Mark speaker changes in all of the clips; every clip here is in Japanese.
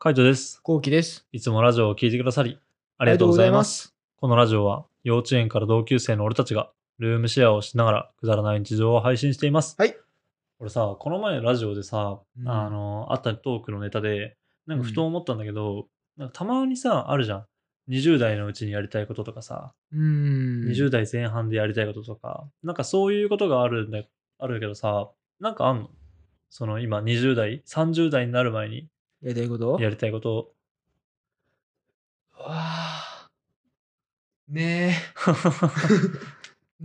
Speaker 1: カイトです。
Speaker 2: こうきです。
Speaker 1: いつもラジオを聞いてくださり、あ
Speaker 2: あ
Speaker 1: りがとうございます。
Speaker 2: す。
Speaker 1: このラジオは、幼稚園から同級生の俺たちが、ルームシェアをしながら、くだらない日常を配信しています。
Speaker 2: はい。
Speaker 1: 俺さ、この前ラジオでさ、
Speaker 2: うん
Speaker 1: あの、あったトークのネタで、なんかふと思ったんだけど、なんかたまにさ、あるじゃん。20代のうちにやりたいこととかさ、
Speaker 2: うーん。
Speaker 1: 20代前半でやりたいこととか、なんかそういうことがあるんだ、あるけどさ、なんかあんのその今20代、30代になる前に
Speaker 2: やりたいこと
Speaker 1: やりたいこと。
Speaker 2: わあ。ね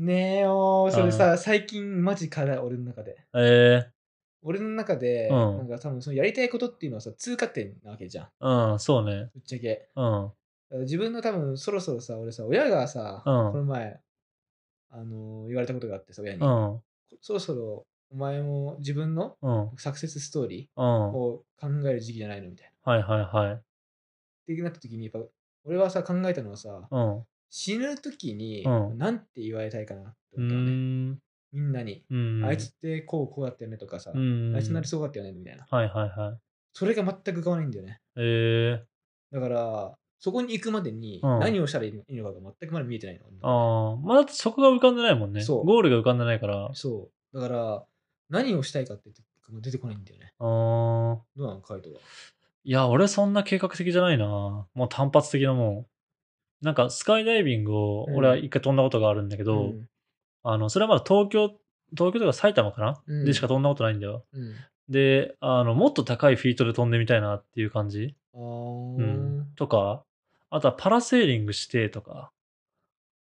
Speaker 2: え。ねえよーそれさ、最近マジ課題、俺の中で。
Speaker 1: え
Speaker 2: 俺の中で、
Speaker 1: うん
Speaker 2: なんか多分そのやりたいことっていうのはさ、通過点なわけじゃん。
Speaker 1: えうん、そうね。
Speaker 2: ぶっちゃけ。
Speaker 1: うん、
Speaker 2: 自分の多分そろそろさ、俺さ、親がさ、
Speaker 1: うん
Speaker 2: この前、あのー言われたことがあってさ、親に。
Speaker 1: うん、
Speaker 2: そろそろお前も自分の
Speaker 1: うん、
Speaker 2: サクセスストーリ
Speaker 1: うん。
Speaker 2: ー
Speaker 1: は
Speaker 2: を考える時期じゃないのみたいな。
Speaker 1: いはいはい。
Speaker 2: ってなった時にやっぱ俺はさ考えたのはさ、
Speaker 1: うん。う
Speaker 2: 死ぬ時に
Speaker 1: うん
Speaker 2: 何て言われたいかなって
Speaker 1: ー
Speaker 2: 思ったのね、
Speaker 1: ん。
Speaker 2: みんなに、
Speaker 1: うん。
Speaker 2: あいつっ、てこうこうだったよねとかさ、
Speaker 1: うん。
Speaker 2: あいつなりそうだったよねみたいな
Speaker 1: はいはいはい。
Speaker 2: それが全く浮かばないんだよね
Speaker 1: ええ
Speaker 2: だからそこに行くまでに
Speaker 1: うん
Speaker 2: 何をしたらいいのかが全くまだ見えてないの、
Speaker 1: ああ、まあだってそこが浮かんでないもんね。
Speaker 2: そう
Speaker 1: ゴールが浮かんでないから。あ
Speaker 2: そうだから何をしたいかって出てこないんだよね
Speaker 1: あ。
Speaker 2: どうなのカイトは、
Speaker 1: いや、俺そんな計画的じゃないな。もう単発的なもん。なんかスカイダイビングを
Speaker 2: うん
Speaker 1: 俺は一回飛んだことがあるんだけど、
Speaker 2: うん
Speaker 1: あの、それはまだ東京、東京とか埼玉かな、
Speaker 2: うん
Speaker 1: でしか飛んだことないんだよ。
Speaker 2: うん
Speaker 1: で、あの、もっと高いフィートで飛んでみたいなっていう感じ。
Speaker 2: あー
Speaker 1: うんとか、あとはパラセーリングしてとか、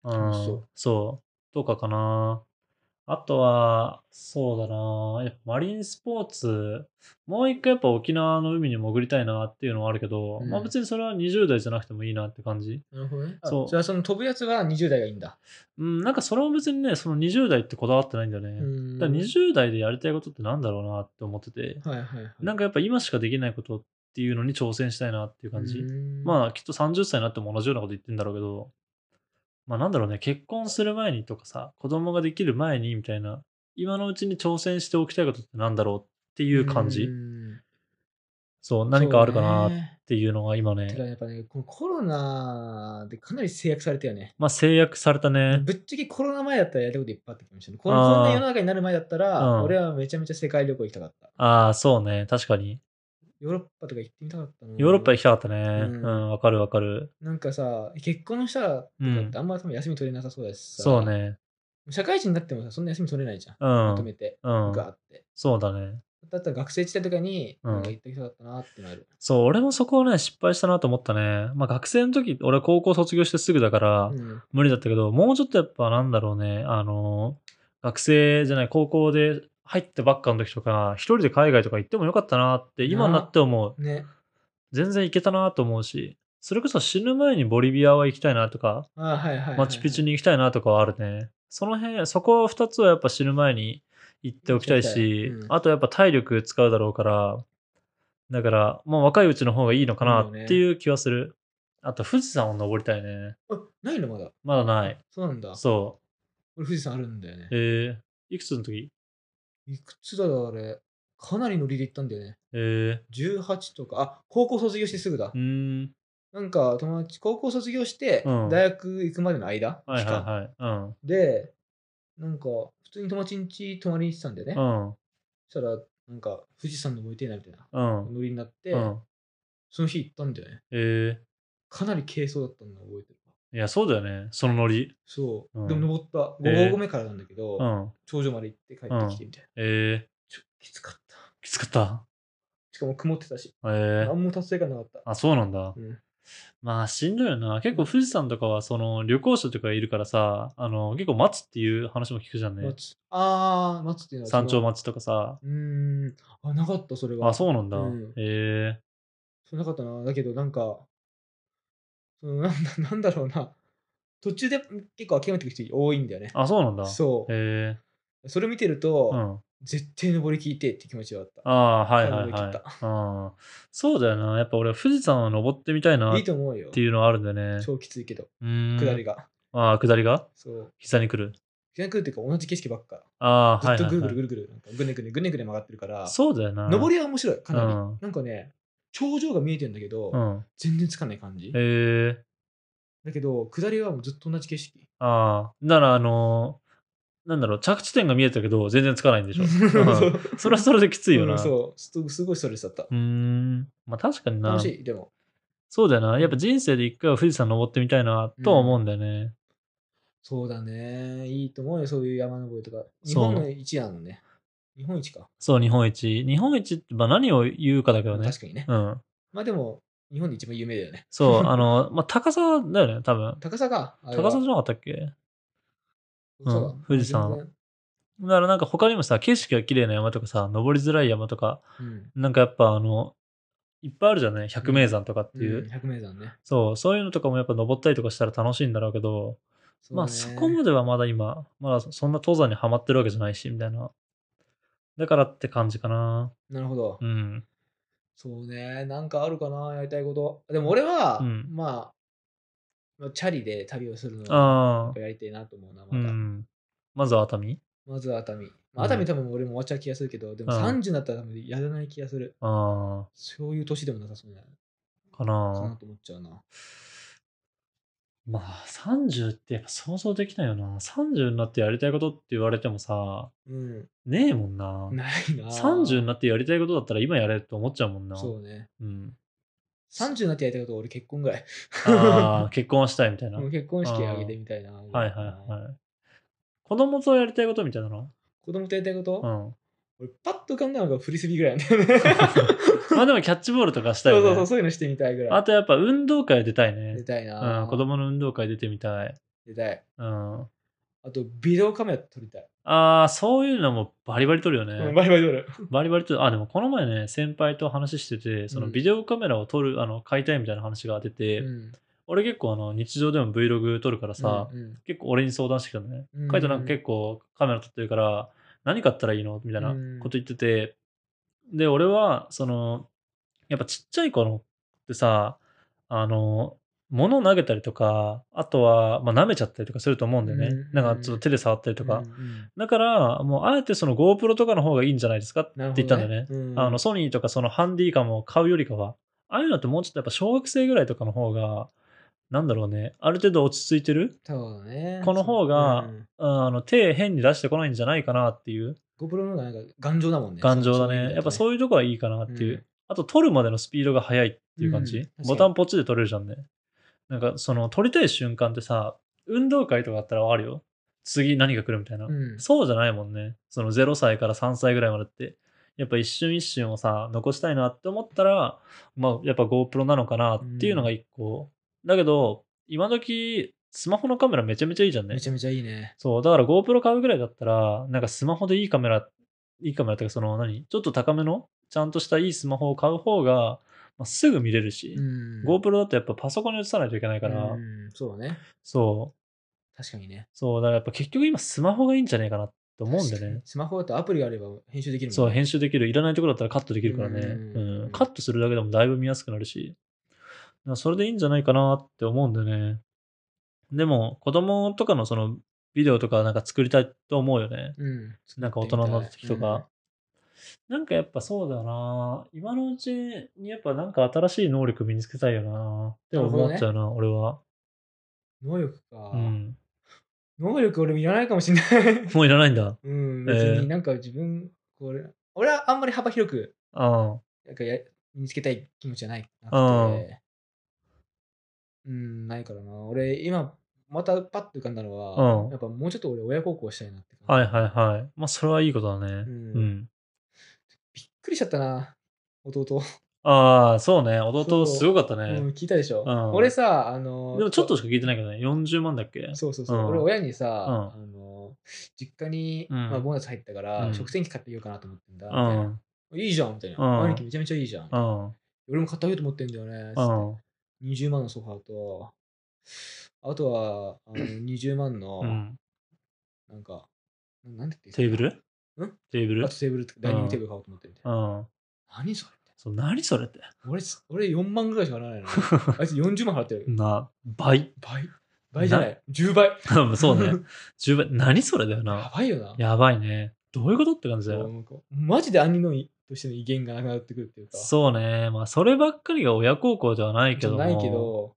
Speaker 1: うん
Speaker 2: 楽しそう
Speaker 1: そう、とかかな。あとは、そうだな、やっぱマリンスポーツ、もう一回やっぱ沖縄の海に潜りたいなっていうのはあるけど、
Speaker 2: うん
Speaker 1: まあ別にそれは20代じゃなくてもいいなって感じ。
Speaker 2: なるほどねあ
Speaker 1: そう
Speaker 2: じゃあその飛ぶやつは20代がいいんだ
Speaker 1: うん、なんかそれも別にね、その20代ってこだわってないんだよね。
Speaker 2: うん
Speaker 1: だから20代でやりたいことってなんだろうなって思ってて、
Speaker 2: はいはいはい
Speaker 1: なんかやっぱ今しかできないことっていうのに挑戦したいなっていう感じ。
Speaker 2: あ
Speaker 1: まあきっと30歳になっても同じようなこと言ってんだろうけど、まあなんだろうね、結婚する前にとかさ、子供ができる前にみたいな、今のうちに挑戦しておきたいことってなんだろうっていう感じ。そう、何かあるかなっ
Speaker 2: そうね
Speaker 1: ていうのが今ね、
Speaker 2: てかやっぱね、このコロナでかなり制約されたよね。
Speaker 1: まあ制約されたね。
Speaker 2: ぶっちゃけコロナ前だったらやりたいこといっぱいあった気がしたね。こ
Speaker 1: あー
Speaker 2: のこんな世の中になる前だったら、
Speaker 1: うん
Speaker 2: 俺はめちゃめちゃ世界旅行行きたかった。
Speaker 1: ああ、そうね、確かに。
Speaker 2: ヨーロッパとか行ってみたかったの。
Speaker 1: ヨーロッパ行きたかったね。うん
Speaker 2: ん、
Speaker 1: わ、かるわかる。
Speaker 2: なんかさ、結婚したらとかってあんま多分休み取れなさそうだしさ。
Speaker 1: そう。ね。
Speaker 2: 社会人になってもさ、そんな休み取れないじゃん。
Speaker 1: う
Speaker 2: まと
Speaker 1: ん。
Speaker 2: めて。
Speaker 1: う
Speaker 2: が
Speaker 1: ん。
Speaker 2: あって。
Speaker 1: そうだね。
Speaker 2: だったら学生時代とかに、
Speaker 1: うん
Speaker 2: なんか行ってきたかったなってなる。
Speaker 1: そう、俺もそこをね、失敗したなと思ったね。まあ学生の時、俺は高校卒業してすぐだから、
Speaker 2: うん。
Speaker 1: 無理だったけど、もうちょっとやっぱなんだろうね、あの、学生じゃない、高校で入ってばっかの時とか、一人で海外とか行ってもよかったなって、今になって思う。
Speaker 2: ね。
Speaker 1: 全然行けたなと思うし、それこそ死ぬ前にボリビアは行きたいなとか、
Speaker 2: あーはいはいはいはい。
Speaker 1: マチュピチュに行きたいなとかはあるね。その辺、そこ2つはやっぱ死ぬ前に行っておきたいし
Speaker 2: 行きたい、うん
Speaker 1: あとやっぱ体力使うだろうから、だから、もう若いうちの方がいいのかなっていう気はする。あと富士山を登りたいね。
Speaker 2: あないのまだ。
Speaker 1: まだない。
Speaker 2: そうなんだ。
Speaker 1: そう。
Speaker 2: 俺富士山あるんだよね。
Speaker 1: えー、いくつの時
Speaker 2: いくつだろうあれ。かなり乗りで行ったんだよね。
Speaker 1: え
Speaker 2: 18とか、あ、高校卒業してすぐだ
Speaker 1: ー、う。ーん。
Speaker 2: なんか友達、高校卒業して、
Speaker 1: うん
Speaker 2: 大学行くまでの間、
Speaker 1: はい
Speaker 2: 期間
Speaker 1: はいはい。
Speaker 2: で、なんか、普通に友達ん家泊まりに行ってたんだよね。
Speaker 1: う
Speaker 2: そ
Speaker 1: ん。
Speaker 2: したら、なんか、富士山登りてえなみたいな、
Speaker 1: うん。うん。
Speaker 2: ノリになって、
Speaker 1: うん。
Speaker 2: その日行ったんだよね。
Speaker 1: え
Speaker 2: かなり軽装だったの覚えてるわ。
Speaker 1: ー、いや、そうだよね。そのノリ。
Speaker 2: そう。
Speaker 1: うん
Speaker 2: でも登った、
Speaker 1: え
Speaker 2: 5合目からなんだけど、
Speaker 1: うん。
Speaker 2: 頂上まで行って帰ってきてみたいな。
Speaker 1: え
Speaker 2: ちょきつかった。
Speaker 1: ー、きつかった。
Speaker 2: しかも曇ってたし、
Speaker 1: えー、
Speaker 2: 何も達成感なかった。
Speaker 1: あ、そうなんだ
Speaker 2: う。ん
Speaker 1: まあ、しんどいよな。結構富士山とかは、その、旅行者とかいるからさ、あの、結構待つっていう話も聞くじゃんね。
Speaker 2: 松ああ、松っていうのは
Speaker 1: 山頂
Speaker 2: 松。
Speaker 1: 待ちとかさ。
Speaker 2: うーん。あ、なかった、それは。
Speaker 1: あ、そうなんだ。
Speaker 2: うん
Speaker 1: え
Speaker 2: そうなかったな。だけど、なんか、そのなんだなんだろうな。途中で結構諦めてくる人多いんだよね
Speaker 1: ー、。あ、そうなんだ。
Speaker 2: そう。
Speaker 1: え
Speaker 2: それ見てる
Speaker 1: ー、う
Speaker 2: と、
Speaker 1: ん。
Speaker 2: 絶対登り聞いてって気持ちはあった。
Speaker 1: ああー、はいはい
Speaker 2: 最後に切っ
Speaker 1: はい。うん。そうだよな。やっぱ俺、富士山を登ってみたいなっ
Speaker 2: いいと思うよ
Speaker 1: て。いうのはあるんだよね。
Speaker 2: 超きついけど、
Speaker 1: うーん
Speaker 2: 下りが。
Speaker 1: ああ、下りが
Speaker 2: そう。
Speaker 1: 膝に来る。
Speaker 2: 下り来るっていうか、同じ景色ばっか。
Speaker 1: ああ、
Speaker 2: ず
Speaker 1: は
Speaker 2: っ
Speaker 1: い、
Speaker 2: と
Speaker 1: はい
Speaker 2: ぐるぐ
Speaker 1: は
Speaker 2: る
Speaker 1: い。
Speaker 2: ぐるぐる、なんかぐねぐねぐねぐね曲がってるから、
Speaker 1: そうだよな。
Speaker 2: 登りは面白い、かなり
Speaker 1: うん。
Speaker 2: なんかね、頂上が見えてんだけど、
Speaker 1: うん。
Speaker 2: 全然つかない感じ
Speaker 1: えー、
Speaker 2: だけど下りはもうずっと同じ景色
Speaker 1: ああ。なら、あのーなんだろう、着地点が見えたけど、全然つかないんで しょ。うん
Speaker 2: う
Speaker 1: それはそれできついよな。
Speaker 2: う
Speaker 1: う
Speaker 2: んそうすすごいストレスだった
Speaker 1: ーん。まあ確かにな
Speaker 2: 楽。しいでも
Speaker 1: そうだよな。やっぱ人生で一回は富士山登ってみたいなとは思うんだよね。
Speaker 2: そうだねいいと思うよそういう山登りとか日
Speaker 1: そう
Speaker 2: 本の一なのね日本一か、
Speaker 1: そう、日本一。日本一って、まあ何を言うかだけどね。
Speaker 2: 確かにね、
Speaker 1: うん。
Speaker 2: まあでも日本で一番有名だよね
Speaker 1: そう、あの、まあ高さだよね、多分。
Speaker 2: 高さが
Speaker 1: 高さじ
Speaker 2: ゃ
Speaker 1: ゃなかったっけ
Speaker 2: ん
Speaker 1: うん富士山だからなんか他にもさ、景色が綺麗な山とかさ、登りづらい山とか、
Speaker 2: うん、
Speaker 1: なんかやっぱあの、いっぱいあるじゃんね、百名山とかっていう。
Speaker 2: うん百名山ね
Speaker 1: そう、そういうのとかもやっぱ登ったりとかしたら楽しいんだろうけど、
Speaker 2: うね
Speaker 1: まあそこまではまだ今、まだそんな登山にはまってるわけじゃないし、みたいな。だからって感じかな。
Speaker 2: なるほど、
Speaker 1: うん。
Speaker 2: そうねなんかあるかなやりたいことでも俺は、
Speaker 1: うん
Speaker 2: まあまあチャリで旅をするのが
Speaker 1: ああ、
Speaker 2: やりたいなと思うなま
Speaker 1: う
Speaker 2: た、
Speaker 1: ん。まずは熱海
Speaker 2: まずは熱海、
Speaker 1: う
Speaker 2: まあ、
Speaker 1: ん
Speaker 2: 熱海多分俺も終わっちゃう気がするけどでも
Speaker 1: うん
Speaker 2: 30になったら多分やらない気がする
Speaker 1: あ
Speaker 2: そういう年でもなさそうな
Speaker 1: あ、か
Speaker 2: かな
Speaker 1: な。
Speaker 2: と思っちゃうな
Speaker 1: まあ30ってやっぱ想像できないよな。30になってやりたいことって言われてもさ、
Speaker 2: うん
Speaker 1: ねえもんな。
Speaker 2: ないな
Speaker 1: 30にな
Speaker 2: っ
Speaker 1: ってやりたいことだったら今やれって思っちゃうもんな。
Speaker 2: そうね
Speaker 1: うん、
Speaker 2: 30になってやりたいこと俺結婚ぐらい
Speaker 1: あ あ、結婚はしたいみたいな。
Speaker 2: う
Speaker 1: は
Speaker 2: ん
Speaker 1: い
Speaker 2: 結婚式挙げてみたいな
Speaker 1: はいはい。子供とやりたいことみたいなの
Speaker 2: 子供とやりたいこと、
Speaker 1: うん。
Speaker 2: 俺パッと浮かんだのがフリスビーぐらいなんだよね
Speaker 1: まあでもキャッチボールとかしたい
Speaker 2: そ
Speaker 1: よ
Speaker 2: う
Speaker 1: ね。
Speaker 2: そうそうそういうのしてみたいぐらい
Speaker 1: あとやっぱ運動会出たいね
Speaker 2: 出。たいうな、
Speaker 1: ん、子供の運動会出てみたい。
Speaker 2: 出たい
Speaker 1: うん。
Speaker 2: あとビデオカメラ撮りたい、
Speaker 1: ああ、そういうのもバリバリ撮るよね。
Speaker 2: うんバリバリ撮る
Speaker 1: バリバリと、あ、でもこの前ね、先輩と話してて、その
Speaker 2: うん
Speaker 1: ビデオカメラを撮る、あの、買いたいみたいな話が出て、
Speaker 2: うん
Speaker 1: 俺結構あの、日常でも Vlog 撮るからさ、
Speaker 2: うんうん
Speaker 1: 結構俺に相談してきたのね
Speaker 2: うん。
Speaker 1: カイトなんか結構カメラ撮ってるから、何買ったらいいのみたいなこと言ってて、で、俺は、その、やっぱちっちゃい頃ってさ、あの、物投げたりとか、あとは、まあ、舐めちゃったりとかすると思うんだよね。
Speaker 2: うん
Speaker 1: なんかちょっと手で触ったりとか。
Speaker 2: うんうん
Speaker 1: だから、もうあえてその GoPro とかの方がいいんじゃないですかって
Speaker 2: なるほど
Speaker 1: 言
Speaker 2: ね
Speaker 1: ったんだよね。
Speaker 2: うん
Speaker 1: あのソニーとかそのハンディカムを買うよりかは、ああいうのってもうちょっとやっぱ小学生ぐらいとかの方が、なんだろうね、ある程度落ち着いてる、
Speaker 2: そうだね
Speaker 1: この方が
Speaker 2: うん
Speaker 1: ああの手変に出してこないんじゃないかなっていう
Speaker 2: GoPro の方がなんか頑丈だもんね
Speaker 1: 頑丈だね。やっぱ
Speaker 2: う
Speaker 1: そういうとこはいいかなっていう。
Speaker 2: うん
Speaker 1: あと撮るまでのスピードが速いっていう感じ。
Speaker 2: うん確かに
Speaker 1: ボタンポチで撮れるじゃんね。なんかその撮りたい瞬間ってさ、運動会とかあったらわかるよ。次何が来るみたいな。
Speaker 2: いう意味だとね、うん
Speaker 1: そうじゃないもんね。その0歳から3歳ぐらいまでって、やっぱ一瞬一瞬をさ、残したいなって思ったら、まあ、やっぱ GoPro なのかなっていうのが一個。だけど、今時、スマホのカメラめちゃめちゃいいじゃんね
Speaker 2: め。ちゃめちゃいいね
Speaker 1: そう、だから GoPro 買うぐらいだったら、なんかスマホでいいカメラ、いいカメラっていうか、その何ちょっと高めの、ちゃんとしたいいスマホを買う方が、まあ、すぐ見れるし、
Speaker 2: うん
Speaker 1: GoPro だとやっぱパソコンに映さないといけないから、
Speaker 2: うんそうだね
Speaker 1: そう、
Speaker 2: 確かにね
Speaker 1: そう、だからやっぱ結局今スマホがいいんじゃねえかなって思うんだよ
Speaker 2: 確か
Speaker 1: ね
Speaker 2: に。スマホだとアプリがあれば編集できるもんね
Speaker 1: そう、編集できる。いらないところだったらカットできるからね。
Speaker 2: うん
Speaker 1: うん。カットするだけでもだいぶ見やすくなるし。だからそれでいいんじゃないかなって思うんだよね。でも、子供とかのそのビデオとかなんか作りたいと思うよね。
Speaker 2: うん
Speaker 1: なんか大人になった時とか。なんかやっぱそうだよな。今のうちにやっぱなんか新しい能力身につけたいよな。って思っちゃうな、俺は。
Speaker 2: 能力か、
Speaker 1: うん。
Speaker 2: 能力俺もいらない かもしれない
Speaker 1: もういらないんだ。
Speaker 2: うん、
Speaker 1: え
Speaker 2: 別
Speaker 1: ー
Speaker 2: になんか自分、これ、俺はあんまり幅広く、
Speaker 1: あ
Speaker 2: なんかや身につけたい気持ちじゃないな
Speaker 1: あ
Speaker 2: くて、うん、ないからな。俺、今、またパッと浮かんだのは、
Speaker 1: うん
Speaker 2: やっぱもうちょっと俺、親孝行したいなって
Speaker 1: あ。はい
Speaker 2: い。
Speaker 1: はいはい。まあそれはいいことだね。
Speaker 2: うん
Speaker 1: うん
Speaker 2: びっくりしちゃったな、弟。
Speaker 1: ああ、そうね。
Speaker 2: そ
Speaker 1: 弟
Speaker 2: う
Speaker 1: すごかったね。
Speaker 2: うん、聞いたでしょ。
Speaker 1: うん
Speaker 2: 俺さ、あの、
Speaker 1: でもちょっとしか聞いてないけどね。40万だっけ
Speaker 2: そうそうそう、
Speaker 1: うん
Speaker 2: 俺親にさ、
Speaker 1: う
Speaker 2: あの実家に、
Speaker 1: うん
Speaker 2: まあ、ボーナス入ったから、
Speaker 1: うん
Speaker 2: 食洗機買ってみようかなと思ってんだ、
Speaker 1: う
Speaker 2: みたい
Speaker 1: ん。
Speaker 2: ないいじゃんみたいな、
Speaker 1: うん
Speaker 2: 兄貴めちゃめちゃいいじゃん、
Speaker 1: うん。うん。
Speaker 2: 俺も買ってあげようと思ってんだよね、つって20万のソファーと、あとはあ の20万
Speaker 1: う
Speaker 2: の、
Speaker 1: ん。
Speaker 2: なんか、ななんて言って
Speaker 1: テーブル
Speaker 2: ん
Speaker 1: テーブル
Speaker 2: あとテーブルとか、ダイニングテーブル買おうと思ってみたいな。
Speaker 1: うん。
Speaker 2: 何それみたい
Speaker 1: そう、何それって。
Speaker 2: な俺す、俺4万ぐらいしか払 わないのに。あいつ40万払ってる。
Speaker 1: な、倍。
Speaker 2: 倍倍じゃない。10倍。
Speaker 1: そうね。10倍。何それだよ
Speaker 2: や
Speaker 1: な。
Speaker 2: ばいよな。
Speaker 1: やばいね。どういうことって感じだ
Speaker 2: そう
Speaker 1: よ。
Speaker 2: なんかマジで兄のいとしての威厳がなくなってくるっていうか。
Speaker 1: そうね。まあ、そればっかりが親孝行ではないけ
Speaker 2: じゃ
Speaker 1: ども。
Speaker 2: ないけ。ど、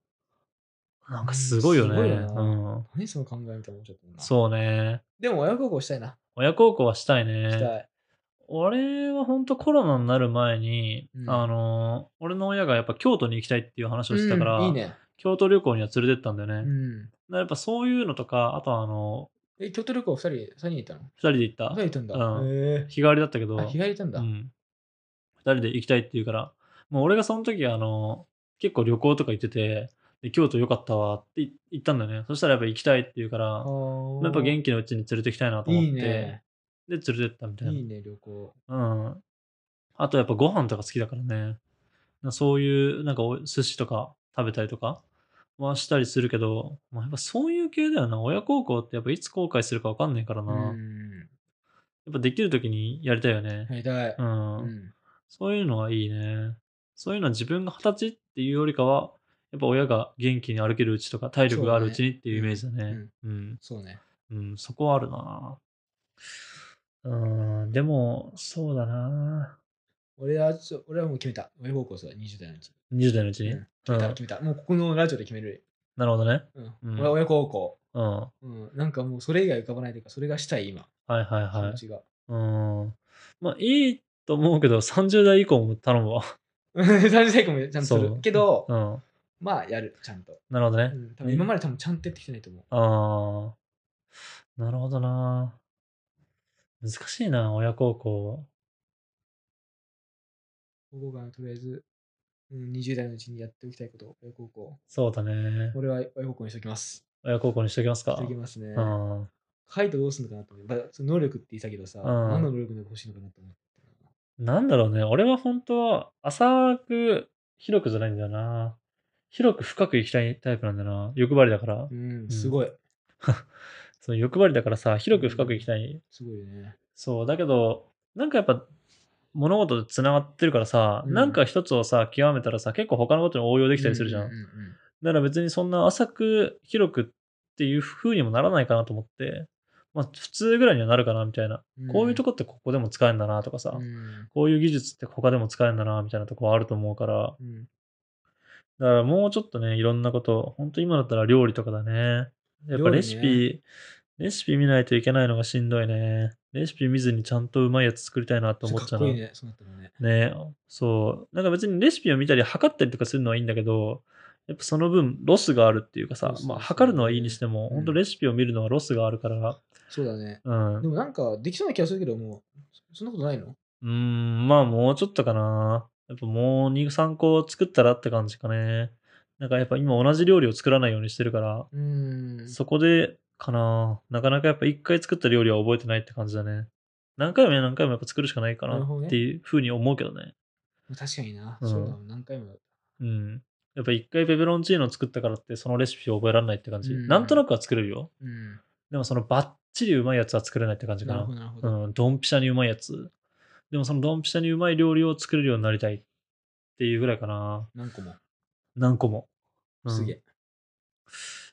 Speaker 1: なんかすごいよね。
Speaker 2: すごいよな
Speaker 1: うん。
Speaker 2: 何その考えみたいな思っちゃったもんな。
Speaker 1: そうね。
Speaker 2: でも親孝行したいな。
Speaker 1: 親孝行はしたいね。
Speaker 2: したい。
Speaker 1: 俺は本当コロナになる前に、
Speaker 2: うん
Speaker 1: あのー俺の親がやっぱ京都に行きたいっていう話をしてたから、
Speaker 2: うんいいね。
Speaker 1: 京都旅行には連れてったんだよね。だか
Speaker 2: うん。
Speaker 1: らやっぱそういうのとかあとはあの
Speaker 2: え、京都旅行二人、三人行ったの
Speaker 1: 2人で行った
Speaker 2: 二人行ったんだ。
Speaker 1: うん
Speaker 2: へえ。
Speaker 1: 日帰りだったけど
Speaker 2: あ、日帰り行ったんだ。
Speaker 1: う
Speaker 2: うん
Speaker 1: ん、2人で行きたいって言うからもう俺がその時あの結構旅行とか行っててで京都良かったわって言ったんだよねそしたらやっぱ行きたいって言うからやっぱ元気のうちに連れてきたいなと思って
Speaker 2: いいね。
Speaker 1: で連れてったみたいない
Speaker 2: いね、旅行。
Speaker 1: うん。あとやっぱご飯とか好きだからね。なそういう、なんかお寿司とか食べたりとかはしたりするけど、まあ、やっぱそういう系だよな。親孝行ってやっぱいつ後悔するか分かんないから
Speaker 2: う
Speaker 1: な。や
Speaker 2: ん。
Speaker 1: っぱできる時にやりたいよね。
Speaker 2: やりたい。
Speaker 1: うん。
Speaker 2: うん。
Speaker 1: そういうのはいいね。そういうのは自分が二十歳っていうよりかは、やっぱ親が元気に歩けるうちとか、体力があるうちにっていうイメージだね。うん。
Speaker 2: そうね。
Speaker 1: うん、そこはあるな。うん、でも、そうだな。
Speaker 2: 俺はちょ、俺はもう決めた。親孝行する、20代のうち。
Speaker 1: 20代のうちに。
Speaker 2: うん決めた、決めた。もうここのラジオで決める。
Speaker 1: なるほどね。
Speaker 2: うん
Speaker 1: うん。
Speaker 2: 俺は親孝行。
Speaker 1: うん。は
Speaker 2: うん。なんかもうそれ以外浮かばないというか、それがしたい、今。
Speaker 1: いはい
Speaker 2: 気
Speaker 1: は
Speaker 2: 持
Speaker 1: い。
Speaker 2: ちが。
Speaker 1: うん。まあいいと思うけど、30代以降も頼むわ。
Speaker 2: 30歳以降もちゃんとす
Speaker 1: そ
Speaker 2: る
Speaker 1: う
Speaker 2: けど、
Speaker 1: うん。
Speaker 2: まあやる、ちゃんと。
Speaker 1: なるほど
Speaker 2: う
Speaker 1: ね。
Speaker 2: ん、多分今まで多分ちゃんとやってきてないと思う。
Speaker 1: ああ。なるほどな。難しいな、親孝行。
Speaker 2: 高校がとりあえず、うん、20代のうちにやっておきたいこと、親孝行。
Speaker 1: そうだね。
Speaker 2: 俺は親孝行にしときます。
Speaker 1: 親孝行にしておきます
Speaker 2: し
Speaker 1: か。
Speaker 2: ときますね
Speaker 1: う。ん。
Speaker 2: カイトどうすんのかなと思う。まあその能力って言ってたけどさ、
Speaker 1: ん
Speaker 2: 何の能力が欲しいのかなと思う。
Speaker 1: なんだろうね。俺は本当は浅く、広くじゃないんだよな。広く深く行きたいタイプなんだよな。欲張りだから
Speaker 2: う。ん、すごい。
Speaker 1: その欲張りだからさ、広く深く行きたい
Speaker 2: すごいよね。
Speaker 1: そう、だけど、なんかやっぱ、物事でつながってるからさ、
Speaker 2: うん
Speaker 1: なんか一つをさ、極めたらさ、結構他のことに応用できたりするじゃん。
Speaker 2: ううう
Speaker 1: だから別にそんな浅く、広くっていう風にもならないかなと思って、まあ普通ぐらいにはなるかな、みたいな。
Speaker 2: ん
Speaker 1: こういうとこってここでも使えるんだな、とかさ、
Speaker 2: うん
Speaker 1: こういう技術って他でも使えるんだな、みたいなとこはあると思うから、
Speaker 2: うん
Speaker 1: だからもうちょっとね、いろんなこと、本当今だったら料理とかだね。やっぱレシ
Speaker 2: 料
Speaker 1: ピ、レシピ見ないといけないのがしんどいね。レシピ見ずにちゃんとうまいやつ作りたいなと
Speaker 2: そ
Speaker 1: 思
Speaker 2: れか
Speaker 1: っちゃ
Speaker 2: っ
Speaker 1: う
Speaker 2: こ
Speaker 1: ない
Speaker 2: いね、そうなったのね。
Speaker 1: ねそう。なんか別にレシピを見たり測ったりとかするのはいいんだけど、やっぱその分ロスがあるっていうかさ
Speaker 2: そう、そうそう
Speaker 1: まあ測るのはいいにしても、
Speaker 2: うん
Speaker 1: 本当レシピを見るのはロスがあるから、
Speaker 2: そうだね。
Speaker 1: うん。
Speaker 2: で
Speaker 1: う
Speaker 2: もなんか、できそうな気がするけど、もう、そそんなことないの
Speaker 1: ーん、まあもうちょっとかな。やっぱもう2、3個作ったらって感じかね。なんかやっぱ今同じ料理を作らないようにしてるから、
Speaker 2: うん。
Speaker 1: そこでかな。なかなかやっぱ一回作った料理は覚えてないって感じだね。何回も何回もやっぱ作るしかないかな
Speaker 2: なるほどね
Speaker 1: っていうふうに思うけどね。
Speaker 2: 確かにな。
Speaker 1: うん
Speaker 2: そうだもん、何回もだ。
Speaker 1: うん。やっぱ一回ペペロンチーノ作ったからってそのレシピを覚えられないって感じ。
Speaker 2: うん
Speaker 1: なんとなくは作れるよ。
Speaker 2: うん。
Speaker 1: でもそのバッチリうまいやつは作れないって感じか
Speaker 2: なる
Speaker 1: な
Speaker 2: ほ。ど、なるほど。
Speaker 1: うん、ドンピシャにうまいやつ。でもそのドンピシャにうまい料理を作れるようになりたいっていうぐらいかな。
Speaker 2: 何個も。
Speaker 1: 何個も。うん
Speaker 2: すげえ。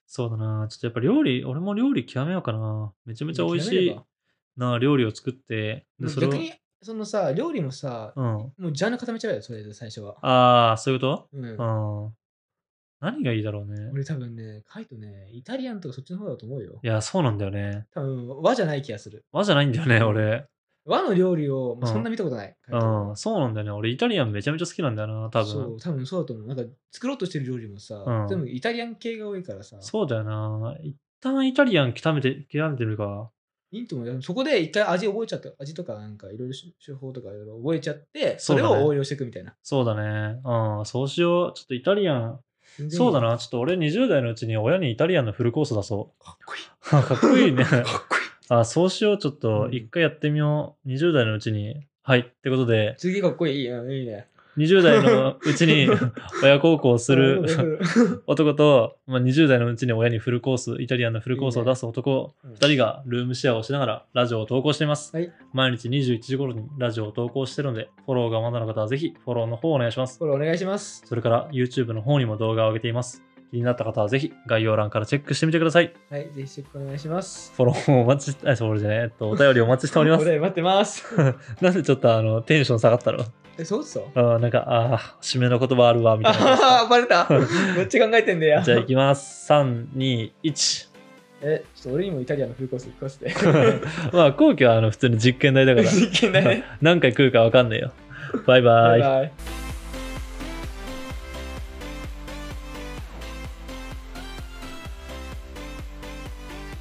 Speaker 1: そうだな。ちょっとやっぱ料理、俺も料理極めようかな。めちゃめちゃ美味し
Speaker 2: やめれ
Speaker 1: い
Speaker 2: ば
Speaker 1: な料理を作って、で、それを
Speaker 2: 逆。に、そのさ、料理もさ、
Speaker 1: うん。
Speaker 2: もうジャンル固めちゃうよ、それで最初は。
Speaker 1: ああ、そういうこ
Speaker 2: うん
Speaker 1: とうん。何がいいだろうね。
Speaker 2: 俺多分ね、カイトね、イタリアンとかそっちの方だと思うよ
Speaker 1: い。や、そうなんだよね。
Speaker 2: 多分和じゃない気がする。
Speaker 1: 和じゃないんだよね、俺。
Speaker 2: 和の料理を、まあ
Speaker 1: うん
Speaker 2: そんな見たことない。カイト
Speaker 1: うん、そうなんだよね。俺、イタリアンめちゃめちゃ好きなんだよな、多分。
Speaker 2: そ
Speaker 1: そう
Speaker 2: う、多分そうだと思う。なんか作ろうとしてる料理もさ、
Speaker 1: うん
Speaker 2: でもイタリアン系が多いからさ、
Speaker 1: だよな。一旦イタリアン極めて、極めてみるか。
Speaker 2: いいと思うよ。そこで一回味覚えちゃって、味とかなんかいろいろ手法とかいろいろ覚えちゃって、
Speaker 1: そ
Speaker 2: そうれ
Speaker 1: だね
Speaker 2: を応用していくみたいな。
Speaker 1: そうだね。うん、そうしよう。ちょっとイタリアン。
Speaker 2: 全然いい
Speaker 1: そうだ。な。ちょっと俺20代のうちに親にイタリアンのフルコース出そ
Speaker 2: かっこいい。
Speaker 1: う。かっこいい ね。
Speaker 2: かっこいい。
Speaker 1: あ、そうしよう。ちょっと
Speaker 2: うん
Speaker 1: 一回やってみよう。20代のうちに。はい。ってことで、
Speaker 2: 次かっこいい。うんいいね。
Speaker 1: 20代のうち に親孝行する男と、まあ、20代のうちに親にフルコース、イタリアンのフルコースを出す男
Speaker 2: うん
Speaker 1: 2人がルームシェアをしながらラジオを投稿しています、
Speaker 2: はい
Speaker 1: 毎日21時頃にラジオを投稿してるのでフォローがまだの方はぜひフォローの方をお願いします
Speaker 2: これお願いします。
Speaker 1: それから YouTube の方にも動画を上げています気になった方はぜひ概要欄からチェックしてみてください。
Speaker 2: はい、ぜひチェックお願いします。
Speaker 1: フォローもお待ちし、あ、そうじゃない、えっと、お便りお待ちしておりま
Speaker 2: お
Speaker 1: す。
Speaker 2: 便り待ってます。
Speaker 1: なんでちょっとあの、テンション下がったの
Speaker 2: え、そうっすか
Speaker 1: あーなんか、ああ、締めの言葉あるわ、みたい
Speaker 2: あ
Speaker 1: な。
Speaker 2: あ、バレ た。どっち考えてんだよ。
Speaker 1: じゃあ行きます。3、2、1。
Speaker 2: え、ちょっと俺にもイタリアンのフルコース食わ せて。
Speaker 1: まあ、 後期はあの普通に実験台だから、
Speaker 2: 実験だね。
Speaker 1: 何回来るか分かんないよ。バイバ
Speaker 2: バイ
Speaker 1: イ。
Speaker 2: バイ。